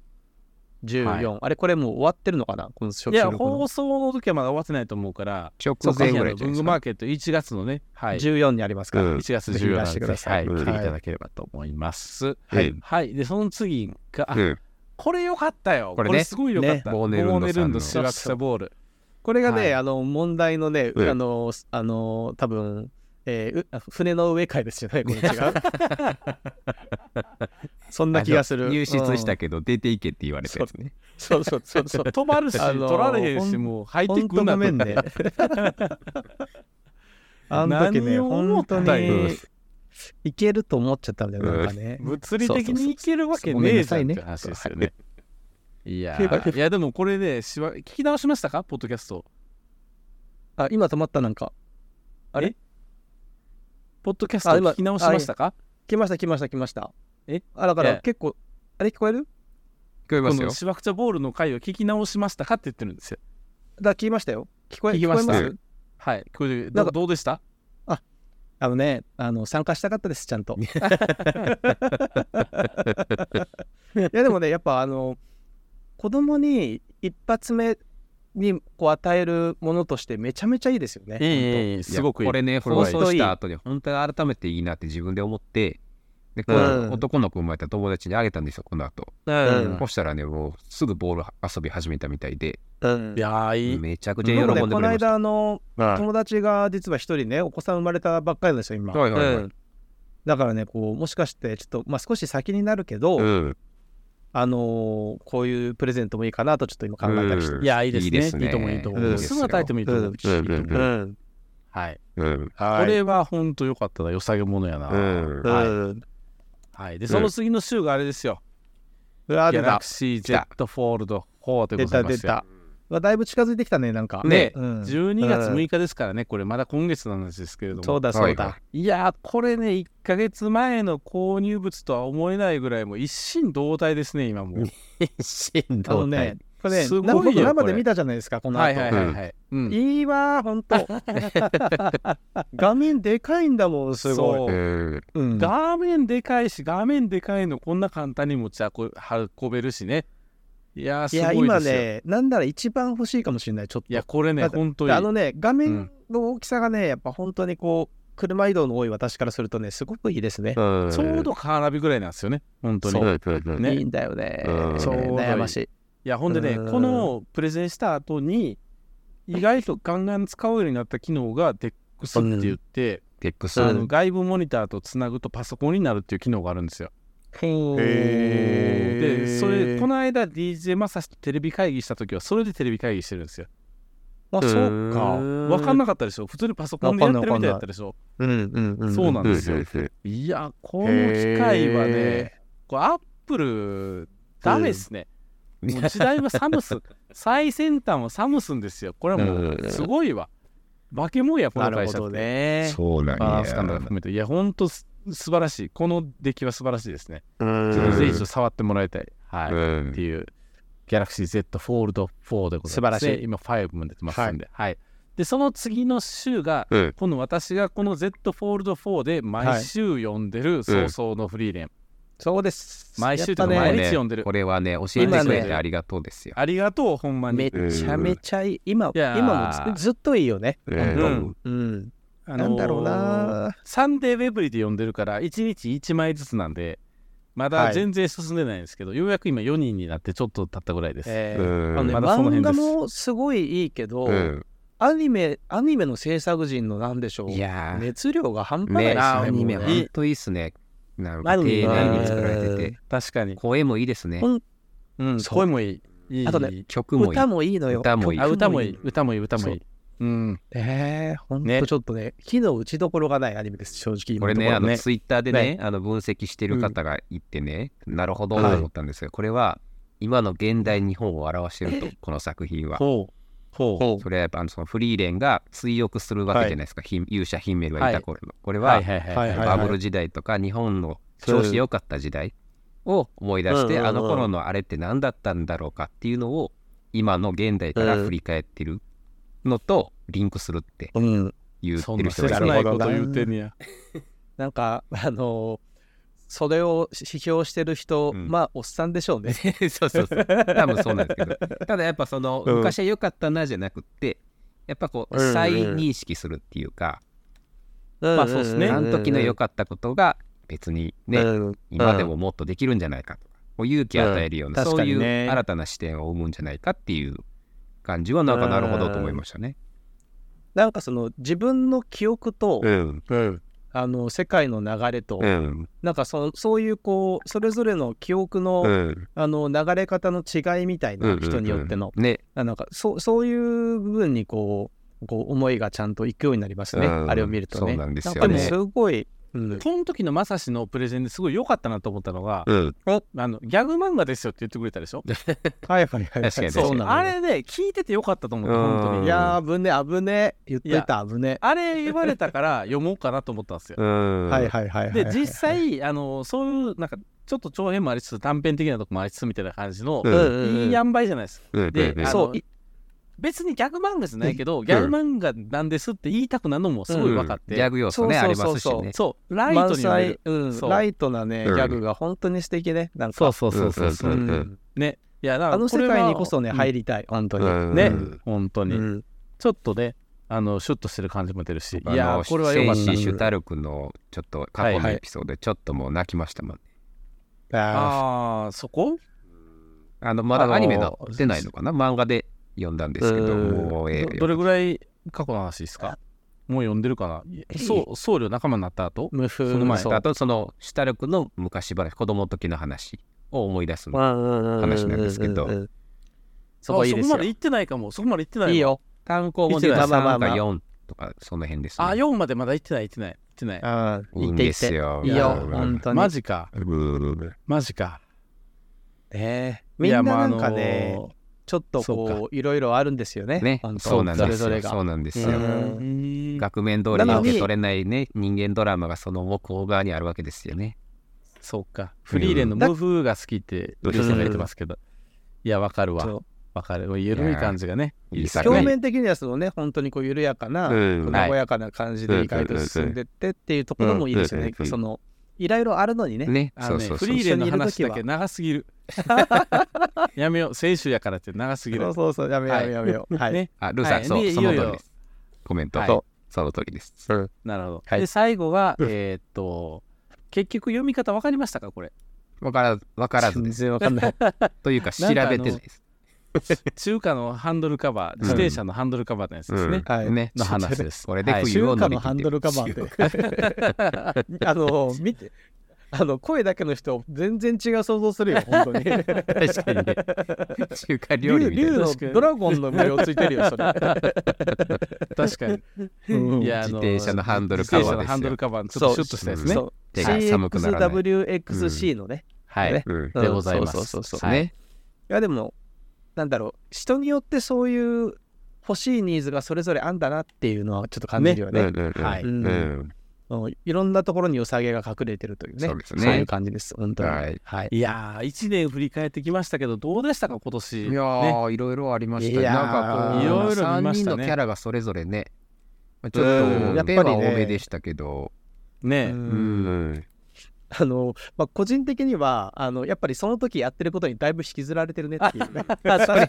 S3: 14、あれ、これもう終わってるのかな、この初
S2: いや
S3: 収録の
S2: 放送の時はまだ終わってないと思うから
S4: 直
S2: そうか
S4: 前ぐらいじ
S2: ブ
S4: ゃ
S2: ン
S4: ないで
S2: グ
S4: す
S2: マ
S4: か
S2: ー。ケット1月のね、はい、1
S3: 14にありますから、
S4: うん
S2: 月
S3: ぜひ
S2: 14
S3: いら
S2: 日
S3: してください
S2: はい、
S4: うん
S2: 来ていただければと思います。
S4: は
S2: はい
S4: い、
S2: はい、で、その次が、あ
S4: うん
S2: これよかったよ。こ
S4: こ
S2: れ,、
S4: れね
S2: すごいよかった。
S4: ねボーネルンドさんの
S2: ボーネルンドシラクサボール。
S3: これがね、
S2: はい
S3: あの問題のね、
S4: うん
S3: あのすあの多分えーうあ船の上会ですよねこれ違うそんな気がする
S4: 入室し
S3: う
S4: た
S3: ん
S4: けど出ていけって言われたやつね。
S3: そうそうそうそう
S2: 止まるし、
S3: あのー
S2: 取られへんし、
S3: ほん
S2: もう入って
S3: 本
S2: く
S3: 当
S2: んなと
S3: ごめんね あの時ね
S2: 何を思
S3: 本
S2: った
S3: 当
S2: んだ
S3: に
S2: よ
S3: いけると思っちゃったんだよなんかね、
S2: 物理的にいけるわけねえじゃんって話ですよね。いやー、いやでもこれね、しば聞き直しましたかポッドキャスト。
S3: あ今止まったなんかあれ
S2: ポッドキャストを
S3: あ今
S2: 聞き直しましたか
S3: 来ました来ました来ました
S2: え
S3: あだか
S2: い
S3: ら
S2: や
S3: 結構あれ聞こえる
S4: 聞こえ
S2: こ
S4: ますよ
S2: の。シワクチャボールの回を聞き直しましたかって言ってるんですよ。
S3: だ聞きましたよ聞こえ
S2: 聞きました
S3: 聞こえ
S4: う
S3: ます
S2: はい、これ
S3: な
S2: ど
S3: んか
S2: どうでした
S3: あのね、あの参加したかったです、ちゃ んと。いやでもね、やっぱあの子供に一発目にこう与えるものとしてめちゃめちゃいいですよね。
S2: ええええすごくいい
S4: これね
S2: これ
S4: 放
S2: はいい
S4: 送した後に本当に改めていいなって自分で思ってでこ
S3: うん
S4: の男の子生まれた友達にあげたんですよこの後、
S3: うん
S4: そしたらねもうすぐボール遊び始めたみたいで
S3: うん
S2: いやーいい、
S4: めちゃくちゃ喜
S3: 僕
S4: んで
S3: ね、
S4: く
S3: こ
S4: れ
S3: の
S4: ました
S3: 間あの
S4: はい
S3: 友達が実は一人ね、お子さん生まれたばっかりなんですよ、今。
S4: はいはい
S2: う
S4: はい
S2: ん
S3: だからね、こうもしかしてちょっと、まあ、少し先になるけど、
S4: うん
S3: あのこういうプレゼントもいいかなとちょっと今考えたりして。
S4: うん
S2: いやいいですねい
S4: い
S2: い
S4: いですね
S2: と思ういいと思う、
S3: うん
S2: すぐ与えてもいいと思うし、
S4: うん
S2: いいと思う
S4: うん
S3: ん
S2: はい、
S4: うん
S2: これは本当良かったな良さげものやな、
S4: うん
S2: はい
S3: うん
S2: はい、でその次の週があれですよ、
S3: うわ
S2: ギャ
S3: 出
S2: ラ
S3: た
S2: クシージェットフォールド4で
S3: 出
S2: ござ
S3: た
S2: いま
S3: 出
S2: すよ
S3: た。うわだいぶ近づいてきたね、なんか。
S2: ね
S3: うん
S2: 12月
S3: うん
S2: 6日ですからねこれまだ今月の話ですけれど
S3: そう
S2: も
S3: だそうだ。
S4: はいはい
S2: やーこれね1か月前の購入物とは思えないぐらいもう一心同体ですね今もう
S4: しん
S3: あのね、これね、
S2: すごい
S3: なんか僕
S2: よ
S3: 生
S2: こ
S3: で
S2: れ
S3: 見たじゃないですか、この後。
S2: はいはいはいはい、うん
S3: いいわー、ほ んと。画面でかいんだもん、すごい。
S2: そう
S4: うん
S3: うん
S2: 画面でかいし画面でかいのこんな簡単に持ち運べるしねいやー、
S3: い
S2: すごい
S3: や
S2: ですよ。
S3: 今ねなんなら一番欲しいかもしれないちょっと
S2: いや、これね、
S3: だって
S2: 本当
S3: で
S2: に。
S3: あのね画
S2: う
S3: 面
S2: ん
S3: の大きさがねやっぱ本当にこう車移動の多い私からするとねすごくいいですね、
S4: うん
S2: ちょうどカーナビぐらいなんですよね、本当に。
S4: う
S2: い
S4: んうん
S2: ね
S3: いいんだよね
S4: うん
S3: そう
S2: ちょうどいい
S3: 悩ましい
S2: や、ほんでね、
S3: うん
S2: このプレゼンした後に、意外とガンガン使うようになった機能が DEX って言って、
S4: テックス。
S2: あの外部モニターとつなぐとパソコンになるっていう機能があるんですよ。
S4: へー
S2: で、それ、この間 DJ マサシとテレビ会議した時は、それでテレビ会議してるんですよ。
S3: あ
S4: う
S3: そ
S4: ん
S3: う
S2: か分かんなかったでしょ普通にパソコンでやってるみたいだったでしょ
S4: うんうんうん。
S2: そうなんですよ
S4: よ。
S2: いや、この機械はね、これアップル、ダメですね。もう時代はサムスン、最先端はサムスンですよ。これはもう、すごいわ。化け物や、こ
S3: な
S2: の
S3: る
S2: 会
S3: ほ
S2: 社
S3: ど
S2: って。
S3: ね
S4: そうなん
S2: あ
S4: や
S2: ースカンダル含めて。いや、ほんとす素晴らしい。この出来は素晴らしいですね。
S4: うん
S2: ちょっとぜひちょっと触ってもらいたい。は
S4: う
S2: い。って
S4: ん
S2: いう、Galaxy Z Fold 4でございます、ね。
S3: 素晴らしい
S2: 今、5も出てますんで。はい。で、その次の週が、
S4: うん
S2: 今度私がこの Z フォールド4で毎週読んでる早々のフリーレン、
S3: そうです
S2: 毎週とか
S3: やっぱね
S2: 毎日読んでる、
S4: これはね、教えてくれてありがとうですよ。
S2: ありがとうほんまに
S3: めちゃめちゃいい今
S2: いやー
S3: 今もずずっといいよね
S2: うん
S3: うん
S2: あ
S3: なんだろうな
S2: サンデーウェブリで読んでるから1日1枚ずつなんでま
S3: は
S2: だ
S3: い
S2: 全然進んでないんですけど、ようやく今4人になってちょっと経ったぐらいです、
S3: えー
S2: あ
S4: うん
S2: のね
S3: ま
S2: まだその
S3: 漫
S2: 辺で
S3: 画
S2: す
S3: もすごいいいけど、
S4: うん
S3: アニメアニメの制作陣のなんでしょう
S4: いやー
S3: 熱量が半端ない
S4: ね、
S3: ですね
S4: ア
S3: もう
S4: ニメ、
S3: ね
S4: ほんといいっすね。なん
S3: ア
S4: か
S3: ニ
S4: 丁
S3: メ
S4: 寧に作られてて。
S2: 確かに、
S4: 声もいいですね
S3: ほん。
S2: うん、
S3: そう
S2: 声もいいいい
S3: あとね
S4: 曲もいい
S3: 歌。もいいのよ
S4: 歌もいい
S2: あ歌もいい歌もいい歌もいいうん
S3: えー、ほん
S2: ね
S3: とちょっとね火の打ちどころがないアニメです正直
S4: こ
S3: 今
S4: れ
S3: のとこ
S4: ね、
S3: ろ
S4: あの
S2: ね
S4: ツイッターで
S2: ね
S4: ね、あの分析してる方がいてね、なるほどと
S3: はい
S4: 思ったんですが、これは今の現代日本を表してると、この作品は。
S2: ほうほう
S3: ほ
S4: それはやっぱあのそのフリーレンが追憶するわけじゃないですか、ひん勇者ヒンメルがいた頃の。これは、
S2: はいはい
S3: は
S2: はいい
S4: バブル時代とか日本の調子良かった時代を思い出して、
S3: うん
S4: あの頃のあれって何だったんだろうかっていうのを今の現代から振り返ってるのとリンクするって
S3: ううん
S4: 言っ
S2: そ
S4: て
S2: ん
S4: る
S2: な
S4: 人
S2: 切
S4: がいる。
S2: ないこと言うてんねや
S3: なんかあのそれを批評してる人、
S4: うん
S3: まあおっさんでしょうね
S4: そうそうそう。多分そうなんですけど。ただやっぱその、
S3: うん
S4: 昔は良かったなじゃなくって、やっぱこう、
S3: うんうん
S4: 再認識するっていうか、
S3: ま
S2: あそうっすね
S4: あの時の良かったことが別にね、
S3: うん
S4: 今でももっとできるんじゃないかとか、こう勇気与えるような、
S3: うん
S4: そうい
S3: 確かにね
S4: う新たな視点を生むんじゃないかっていう感じは、なんかなるほどと思いましたね。
S3: なんかその自分の記憶と、
S4: ん。
S3: あの世界の流れと、
S4: ん。
S3: なんかそそういうこうそれぞれの記憶の、
S4: ん。
S3: あの流れ方の違いみたいな人によっての、
S4: ね。
S3: あなんかそうそういう部分にこうこう思いがちゃんといくようになりますね、
S4: うん
S3: あれを見るとね。
S4: そうなんですよね
S3: かもすごい、うん
S2: この時のまさしのプレゼンですごい良かったなと思ったのが、
S4: うん。
S2: あのギャグ漫画ですよって言ってくれたでしょ
S3: はいはいはいい、
S4: はい確かに
S3: そうなんだ
S2: あれね聞いてて良かったと思って
S4: うん
S2: 本当
S4: れ
S2: に
S3: いやー危ね危ね言っといた危ね
S2: あれ言われたから読もうかなと思ったんですよ
S4: うん
S3: はいはいはいはい
S2: で実際あのそういうなんかちょっと長編もありつつ短編的なとこもありつつみたいな感じの
S4: うん
S2: いい塩梅じゃないですか
S4: うん
S2: で
S4: うん
S2: あ
S3: そう
S2: の
S3: い
S2: 別にギャグ漫画じゃないけどギャグ漫画なんですって言いたくなるのもすごい分かっ
S4: ギャ
S2: て
S4: グ要素ね、あ
S3: そう
S4: り
S3: そ
S4: ま
S3: う
S4: す
S3: そう
S4: しね。
S2: そうライト
S3: 満
S2: に読める
S3: 載、うん、
S2: そう
S3: ライトなねギ
S4: うん
S3: ャグが本当に素敵ねなんか
S2: そうそうそうそうそううん
S4: うん
S2: ねいやだから
S3: あの世
S2: れ
S3: 界
S2: は
S3: にこそね
S2: うん
S3: 入りたい本当に、
S4: うん
S2: ね
S4: うん
S2: 本当に
S3: うん
S2: ちょっとね、あの、シュッとしてる感じも出るし、い
S4: あ
S2: や
S4: の、
S2: ー、これは良かった
S4: 戦。士シュタルクのちょっと過去のエピソードでちょっともう泣きましたもんね。
S3: あ
S2: ああー、そこ
S4: あの、まだアニメなってないのかな漫画で読んだんですけど、
S3: うん
S4: もうええ
S2: どどれぐらい過去の話ですかもう読んでるかなそう、僧侶仲間になった後
S3: ー無風
S2: その前
S3: そう
S4: あとそのシュタルクの昔話子供の時の話を思い出すの話
S3: 話
S4: なんですけど
S3: そこいいで
S2: あ
S3: す
S2: そこまで
S3: よ
S2: 行ってないかも、そこまで行ってないわ
S3: いい。よ
S4: 単行本で
S3: いつだまあまあ
S4: 3
S3: まあ
S4: か4とかその辺ですね
S2: あ、4までまだ行ってない、行ってない、行ってない。
S3: ああ、
S4: いい
S3: 行
S4: ん
S3: って
S4: です
S3: 行っ
S4: よ
S3: て。いい
S2: や
S3: よ、
S2: ー
S3: 本当に。
S2: マジか、
S4: う
S2: マジか。
S3: ええ
S2: い
S3: みん
S2: や
S3: な
S2: まあ
S3: なんかね
S2: あ、の
S3: ちょっと
S2: そ
S3: こう、いろいろあるんですよね。
S4: んね
S3: 本当
S4: そうなんです
S3: それ
S4: よ
S3: ぞ
S4: そうなんです
S3: れが。う
S4: よ
S2: うんん
S4: 額面通りに受け取れないね人間ドラマがその向こう側にあるわけですよね
S2: そうか。フリーレンのムーフが好きって、
S4: だ
S2: ルイさんが言ってますけど。いや、わかるわ。
S3: そ
S2: わかる。緩い感じがね。
S4: いい
S3: うん
S4: 作
S3: 表
S4: 品
S3: 面的にはそのね、本当にこう緩やかな、
S4: うん
S3: こう
S4: はい
S3: 和やかな感じで意外と進んでってっていうところもいいですよね。
S4: うん
S3: そのいろいろあるのにね
S4: ね、
S2: あ
S4: そ
S2: の
S4: う
S2: ね
S4: そう
S2: フ
S4: そう
S2: リーレンの話
S3: 一緒にいる時は
S2: だけ長すぎ るやめよう選手やからって長すぎ
S3: そ
S2: る
S3: うそうそうやめよう
S2: はい
S3: やめようやめようはい、
S2: ね
S4: あルーさん、
S2: はい
S4: そう
S2: で
S4: その
S2: い
S4: 通
S2: よい
S4: り
S2: よ
S4: ですコメント、
S2: はい
S4: そうその通りです、
S3: うん
S2: なるほど、
S3: はい
S2: で最後が
S3: うん
S2: えーっと結局読み方わかりましたかこれ
S4: わからわからずです
S3: 全然わかんない
S4: というか調
S2: なん
S4: べ
S2: かあの
S4: てないです
S2: 中華のハンドルカバー自転車のハンドルカバーのやつですね、
S4: うん
S3: はい
S4: ね
S2: の話です
S4: これで
S2: はい
S4: 冬
S3: 中
S4: を乗
S3: 華
S4: り
S3: の
S4: 切
S3: ハ
S4: っ
S3: ン
S4: て
S3: ドルカバーで あの見てあの声だけの人全然違う想像するよ本当に
S4: 確かにね中華料理
S3: 竜
S4: みたい
S3: 竜
S4: な
S3: のドラゴンの模様ついてるよそれ、
S2: 確かに
S3: うん
S2: いやあの
S4: 自転車のハンドルカバーで
S2: 自転
S4: すよ
S2: 車のハンドルカバーのちょっとシュッとしたやつね。
S3: そう
S4: 手が寒くならない
S3: CXWXC のね、
S2: は
S3: ね
S2: い。
S4: うん
S3: うん
S2: でございます
S3: そうそうそうそう、、
S2: はい
S4: ね
S3: やでもなんだろう人によってそういう欲しいニーズがそれぞれあんだなっていうのはちょっと感じるよ
S4: うん
S3: ね
S4: うんうん
S2: はい
S4: うん
S3: うんいろんなところに良さげが隠れてるというね
S4: そうですね
S3: いう感じです本当に
S4: はい
S3: はい
S2: いやー、1年振り返ってきましたけど、どうでしたか、今年。
S4: いや
S2: ね、
S4: ー、いろいろありました
S3: い
S4: ね。
S3: やー
S4: なんかこう、
S3: いろ
S2: いろ見ましたね
S4: 3人のキャラがそれぞれね、まあちょ
S3: うん
S4: っ
S3: や
S4: と、
S3: っぱり
S4: 目
S3: ね
S4: は多めでしたけど、
S2: ね
S3: う
S4: うんん、
S3: あの、まあ、個人的にはあのやっぱりその時やってることにだいぶ引きずられてるねっていうね
S4: 確かに間違いない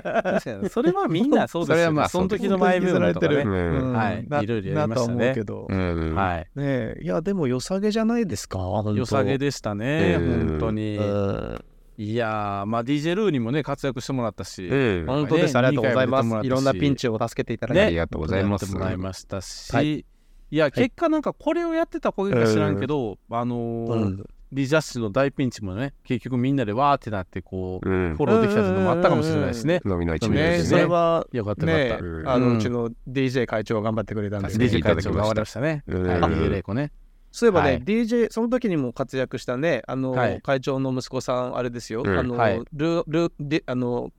S2: 確かにそれはみんなそうですよ、ね。
S4: それはまあ
S2: その時の前部分とか
S3: そうです
S4: う
S2: ね。
S4: ん
S2: はい
S3: ない
S2: ろいろやりましたね
S3: なと思うけど、
S4: うん
S2: はい。
S3: ねえいやでも良さげじゃないですか本当
S2: 良さげでしたね、
S4: うん
S2: 本当に
S3: う。ん
S2: いやー、まあ、DJ ルーにもね、活躍してもらったし、
S4: うん
S3: 本当です、
S2: ね
S3: ありがとうございま
S2: 二回もやってもらった
S3: す
S2: し
S3: いろんなピンチを助けていただき、
S2: ね
S4: ありがとうございます。
S2: やってもらいましたし、、
S3: はい
S2: や、結果なんかこれをやってた子が知らんけど、あのー
S3: うん
S2: リジャッシュの大ピンチもね、結局みんなでわーってなって、こう、
S4: うん
S2: フォローできたのもあったかもしれないしね。
S4: 飲みの一
S2: 飲みの一面で
S4: 面
S2: す
S3: ね
S4: です
S3: それ
S4: ね。
S3: は
S2: よかったよかった
S3: ね。
S4: うん
S3: あ
S2: う
S3: の
S2: ん
S3: うちの DJ 会長頑張ってくれたんで
S4: 確かに
S2: DJ 会長が終わりましたね。
S4: うん
S2: はい、
S4: うん
S2: ゆうれいこね。
S3: そういえばね、
S2: はい
S3: DJ その時にも活躍したねあの、
S2: はい
S3: 会長の息子さんあれですよ、
S4: うん
S3: あの、
S2: はい
S3: ルールーであの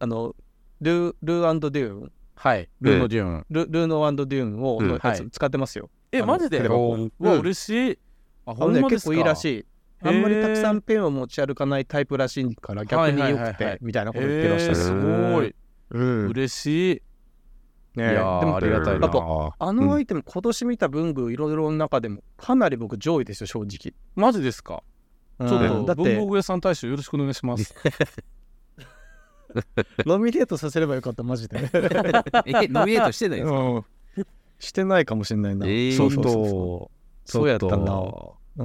S3: あのルールーアンドデューン
S2: はい、ルーノ・デューン。
S3: ルルーノアンドデューンを、
S4: うん
S3: のやつ
S2: はい
S3: 使ってますよ
S2: え、マジで
S3: テ
S2: う
S3: レビ
S2: わ、
S3: 箱
S4: うん
S2: 嬉しい。あ、
S3: あ
S2: ほ
S3: の
S2: ん
S3: ね
S2: まで
S3: 結
S2: すか
S3: 構いいらしいあんまりたくさんペンを持ち歩かないタイプらしいから逆に良
S2: はいはい
S3: く
S2: はいは
S3: て
S2: い
S3: みたいなこと言って
S2: え
S3: ました
S2: ー、
S3: ね
S2: すごい。
S4: うん
S2: 嬉しい。
S3: ね
S2: いやー
S3: でも
S2: ありがたい
S3: や
S2: な
S3: っ。ぱあのアイテム、今年見た文具いろいろの中でもかなり僕上位ですよ正直
S2: マジですかちょっ
S3: うん
S2: と、
S3: だっ
S2: 文
S3: て
S2: 房具屋さん大賞よろしくお願いします。
S3: ノミネートさせればよかったマジで
S4: え、ノミネートしてないんですか
S3: うんしてないかもしれないな、
S4: えー
S3: そうそう
S2: ち
S3: そうそう
S2: ょ
S3: そうやったな
S2: ち
S3: う
S2: ょ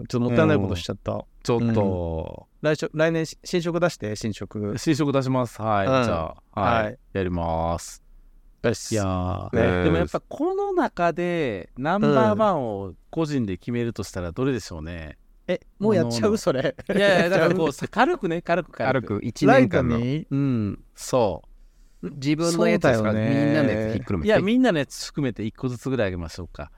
S3: んちょっともったいないことしちゃった、
S2: っとちょっと、
S3: 来週来年し新色出して新色
S2: 新色出します。はい、
S3: うん
S2: じゃあ、はい、
S3: はい
S2: やります。いやー
S3: ね
S2: でもやっぱこの中でナンバーワンを個人で決めるとしたらどれでしょうね、
S3: えもうやっちゃうそれ
S2: いやいやだからこうさ軽くね軽く軽
S4: 軽
S2: く
S4: く 1
S3: ライ
S4: 年
S3: ト
S4: 間の
S3: に
S2: うんそ
S4: 自分のやつですから
S3: そう
S4: み
S3: だよね
S4: んなのやつひっく
S2: う
S4: るめ
S2: い
S4: て
S2: やみんなのやつ含めて一個ずつぐらいあげましょうか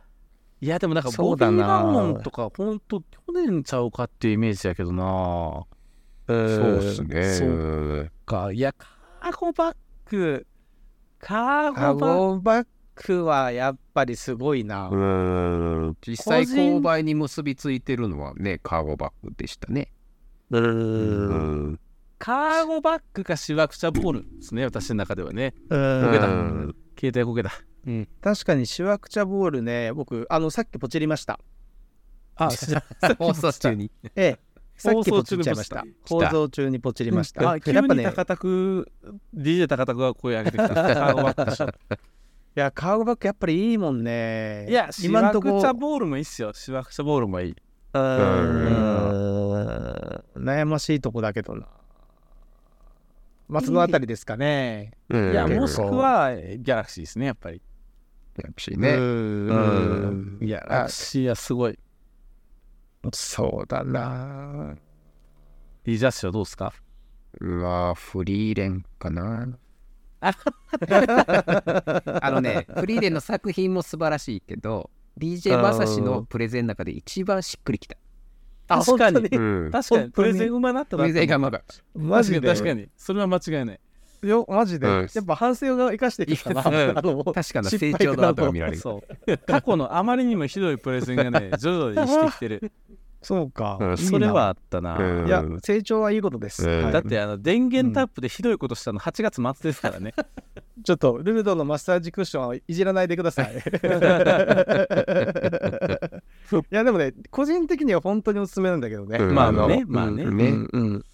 S2: いやでもなんか
S3: そ
S2: ボ
S3: う
S2: デ
S3: だ
S2: ィ
S3: な
S2: ラモンとかほんと去年ちゃうかっていうイメージやけどな
S4: そうっすね
S2: そうかいやカーゴバッグカー
S3: カ
S2: ゴバッグ
S3: ゴバッグはやっぱりすごいな、
S4: うん実際購買に結びついてるのはねカーゴバッグでしたねうん
S2: カーゴバッグかシワクチャボールですね私の中ではね
S3: うん
S2: けた
S4: うん
S2: 携帯こけた
S3: 確かにシワクチャボールね僕あのさっきポチりました
S2: あ
S4: 放送中に
S3: ええさっき
S2: 放
S3: ポ
S2: 送中
S3: チっ
S2: に
S3: ちゃいました
S4: ポチっ
S3: 放
S4: た
S3: 送中にポチりました
S2: あ、急に
S3: ね
S2: 高田く、DJ 高田くが声上げてきた。 カーゴバッグでしょ
S3: いやカーゴバッグやっぱりいいもんね
S2: いや、シ
S3: 今
S2: ワ
S3: ん
S2: ク
S3: と
S2: チ
S3: こ
S2: ャボールもいいっすよ。シワクチャボールもいい。
S3: うーん悩ましいとこだけどなまあそのあたりですかね
S2: いや、
S4: うん
S2: もしくは、ギャラクシーですね、やっぱり。
S4: やっぱしね
S3: うん
S2: ギャラクシーはすごい。
S3: そうだな
S2: リジャッシュはどうですか
S4: うわフリーレンか な
S2: あ
S4: あのねフリーレンの作品も素晴らしいけど DJ バサシのプレゼンの中で一番しっくりきた
S3: あ
S2: 確かに
S3: 本当
S4: うん
S2: 確か
S3: 本
S2: に、
S3: 当
S2: プ
S3: に
S2: レゼンうまなった
S4: プ
S2: な。
S4: レゼンがまだ
S2: 確
S3: マ
S2: か
S3: ジ
S2: に、
S3: で
S2: 確かに。それは間違いない。
S3: よマジで、
S4: うん
S3: やっぱ反省が生かしてきたな、
S4: うん
S3: あの
S4: 確かな
S3: 失敗
S4: 成長の跡が見られる
S2: そう。過去のあまりにもひどいプレゼンが ね、徐々にしてきてる。
S3: そうか、
S4: うん
S3: いいな
S2: それはあったな。
S4: うん
S3: いや成長はいいことです、
S4: うん
S3: はい
S2: だってあの電源タップでひどいことしたの8月末ですからね。
S3: ちょっと ルルドのマッサージクッションはいじらないでくださいいやでもね個人的には本当におすすめなんだけどね、
S4: うん
S2: まあ
S4: の
S2: ね、まあね。
S4: うん
S3: ね、うん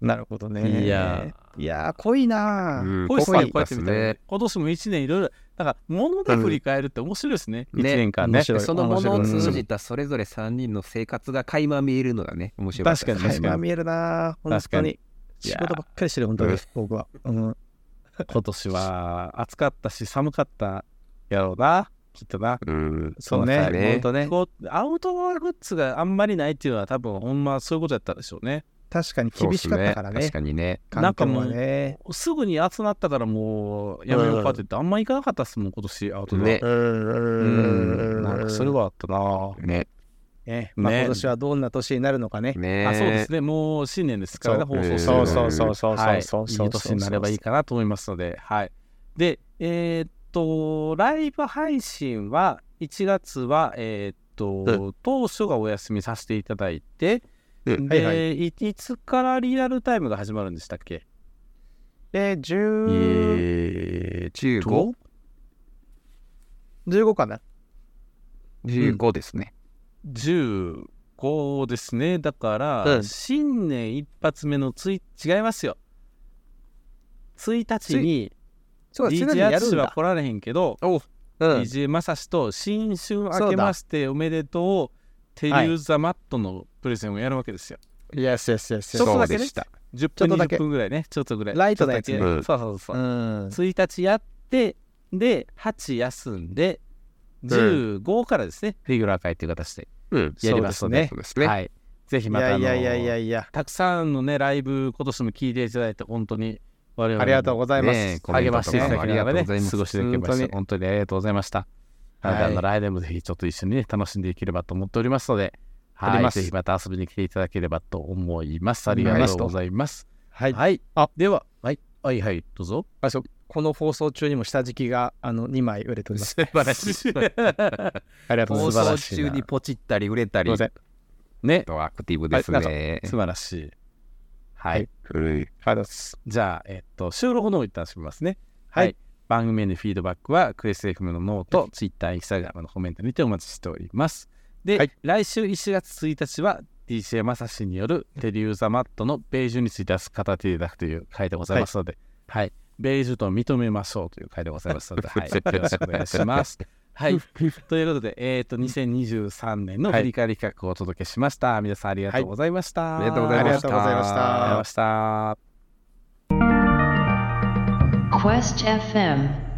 S3: なるほどね
S2: いや
S3: いやー濃いなー、
S4: うん
S2: こういう人はこうやって
S4: 濃
S2: 見たらね
S4: いですね
S2: 今年も1年いろいろ、だから、物で振り返るって面白いですね、
S4: うん
S2: 1
S4: ね
S2: 年間ね
S3: 面。白い
S4: そのものを
S3: 面白い
S4: 通じたそれぞれ3人の生活が垣間見えるのがね面白かった
S3: 確かに
S4: です
S3: 確かに見えるなー本
S2: 確
S3: 当
S2: か
S3: に仕事ばっかりしてる本当
S4: う
S3: に
S4: ん
S3: 僕は、うん、
S2: 今年は暑かったし、寒かったやろうな、きっとな。
S4: うん
S3: そう
S4: そう
S3: ね
S4: だね
S3: 本当ね
S2: こうアウトドアグッズがあんまりないっていうのは、多分ほんまそういうことやったでしょうね。
S3: 確かに厳しかったから
S4: そうっ
S3: ね
S4: す確かにね
S3: 環境は
S2: なんか
S3: ね
S2: すぐに暑くなったからもうやめようかって言って、あんま行かなかったっすもん、今年、アウトドア。
S4: ね
S2: うんなんかそれはあったなぁ。
S4: ね
S3: ねまあ、
S2: ね
S3: 今年はどんな年になるのかね
S4: ね
S2: あそうですね、もう新年ですからね、放送する
S4: そうそう
S3: そうそう
S2: はい、い
S3: そうそうそうそう
S2: い年になればいいかなと思いますので、はい。で、えーっと、ライブ配信は、1月は、えーっと、当初がお休みさせていただいて、
S4: うん
S2: で、、
S3: はいはい
S2: いつからリアルタイムが始まるんでしたっけ
S3: で10
S4: えー
S2: と
S4: 15?15
S3: 15かな
S4: ですね
S2: ?15 ですね。だから、
S4: うん
S2: 新年一発目のつい、違いますよ。1日に、
S3: そうだ1
S2: DJ
S3: やるん
S2: 淳は
S3: だ
S2: 来られへんけど、
S4: うん
S2: DJ まさしと新春明けましておめでとうテリューザマットのプレゼンをやるわけですよ。
S3: Yes, yes, yes, yes.
S2: ちょっとだけ
S4: そ
S2: ね
S4: うでした
S2: 10
S3: ちょ
S2: 分
S3: っとだけ
S2: 20分ぐらいね、ちょっとぐらい。
S3: ライトなやつ
S2: ち
S3: ね
S2: ょっとだけ
S4: うん
S2: そうそうそうう。
S3: ん
S2: 1日やって、で、8休んで、15からですね、レギュラー会という形で
S4: うん
S2: やりますので、
S4: そうですね
S2: はい。ぜひま
S3: い
S2: たあ
S3: や
S2: の
S3: いやいやいやいや
S2: たくさんのね、ライブ、今年も聞いていただいて、本当に我々も
S3: ありがとうございます、
S4: ねえコメン
S2: 励
S4: ト
S2: ましていただきながらね、
S4: とかもありがとうございます
S2: 過ごしていただきまし
S3: 本当
S2: た。
S3: に
S2: 本当にありがとうございました。
S3: はい
S2: なので、あの、来年もぜひちょっと一緒にね、楽しんでいければと思っておりますので、
S3: おり
S2: は
S3: ま
S2: い、
S3: す
S2: ぜひまた遊びに来ていただければと思います。ありがとうございます。
S3: はい
S2: はい。
S3: あ
S2: では、はい、はい、はい、どうぞ。
S3: あそうこの放送中にも下敷きがあの2枚売れており ます。
S2: 晴らしい。
S3: ありがとうご
S4: 放
S3: ざいま
S4: 送
S3: す。
S4: 中にポチったり売れた
S3: すい
S4: り
S3: ません。あり
S2: ね、
S4: とアクティブですね
S2: 素晴らしい。は
S3: はい
S2: い。
S4: うん
S3: がとうございます。
S2: じゃあ、えっと、収録の方一旦閉めますね。
S3: はい
S2: 番組へのフィードバックは、クエス FM のノート、ツイッター、インスタグラムのコメントにてお待ちしております。で、
S3: はい
S2: 来週1月1日は、DJ まさしによるテリューザマットのベージュについて語っていただくという回でございますので、はい。ベージュと認めましょうという回でございます ので、はい。よろしくお願いします。はい。ということで、えっ、と、2023年の振り返り企画をお届けしました。皆さんありがとうございました。
S4: ありがとうござ
S3: あり
S4: いま
S3: が
S4: した
S3: とうございまし
S2: ありがとうござい
S3: た
S2: ま。した。
S1: Quest FM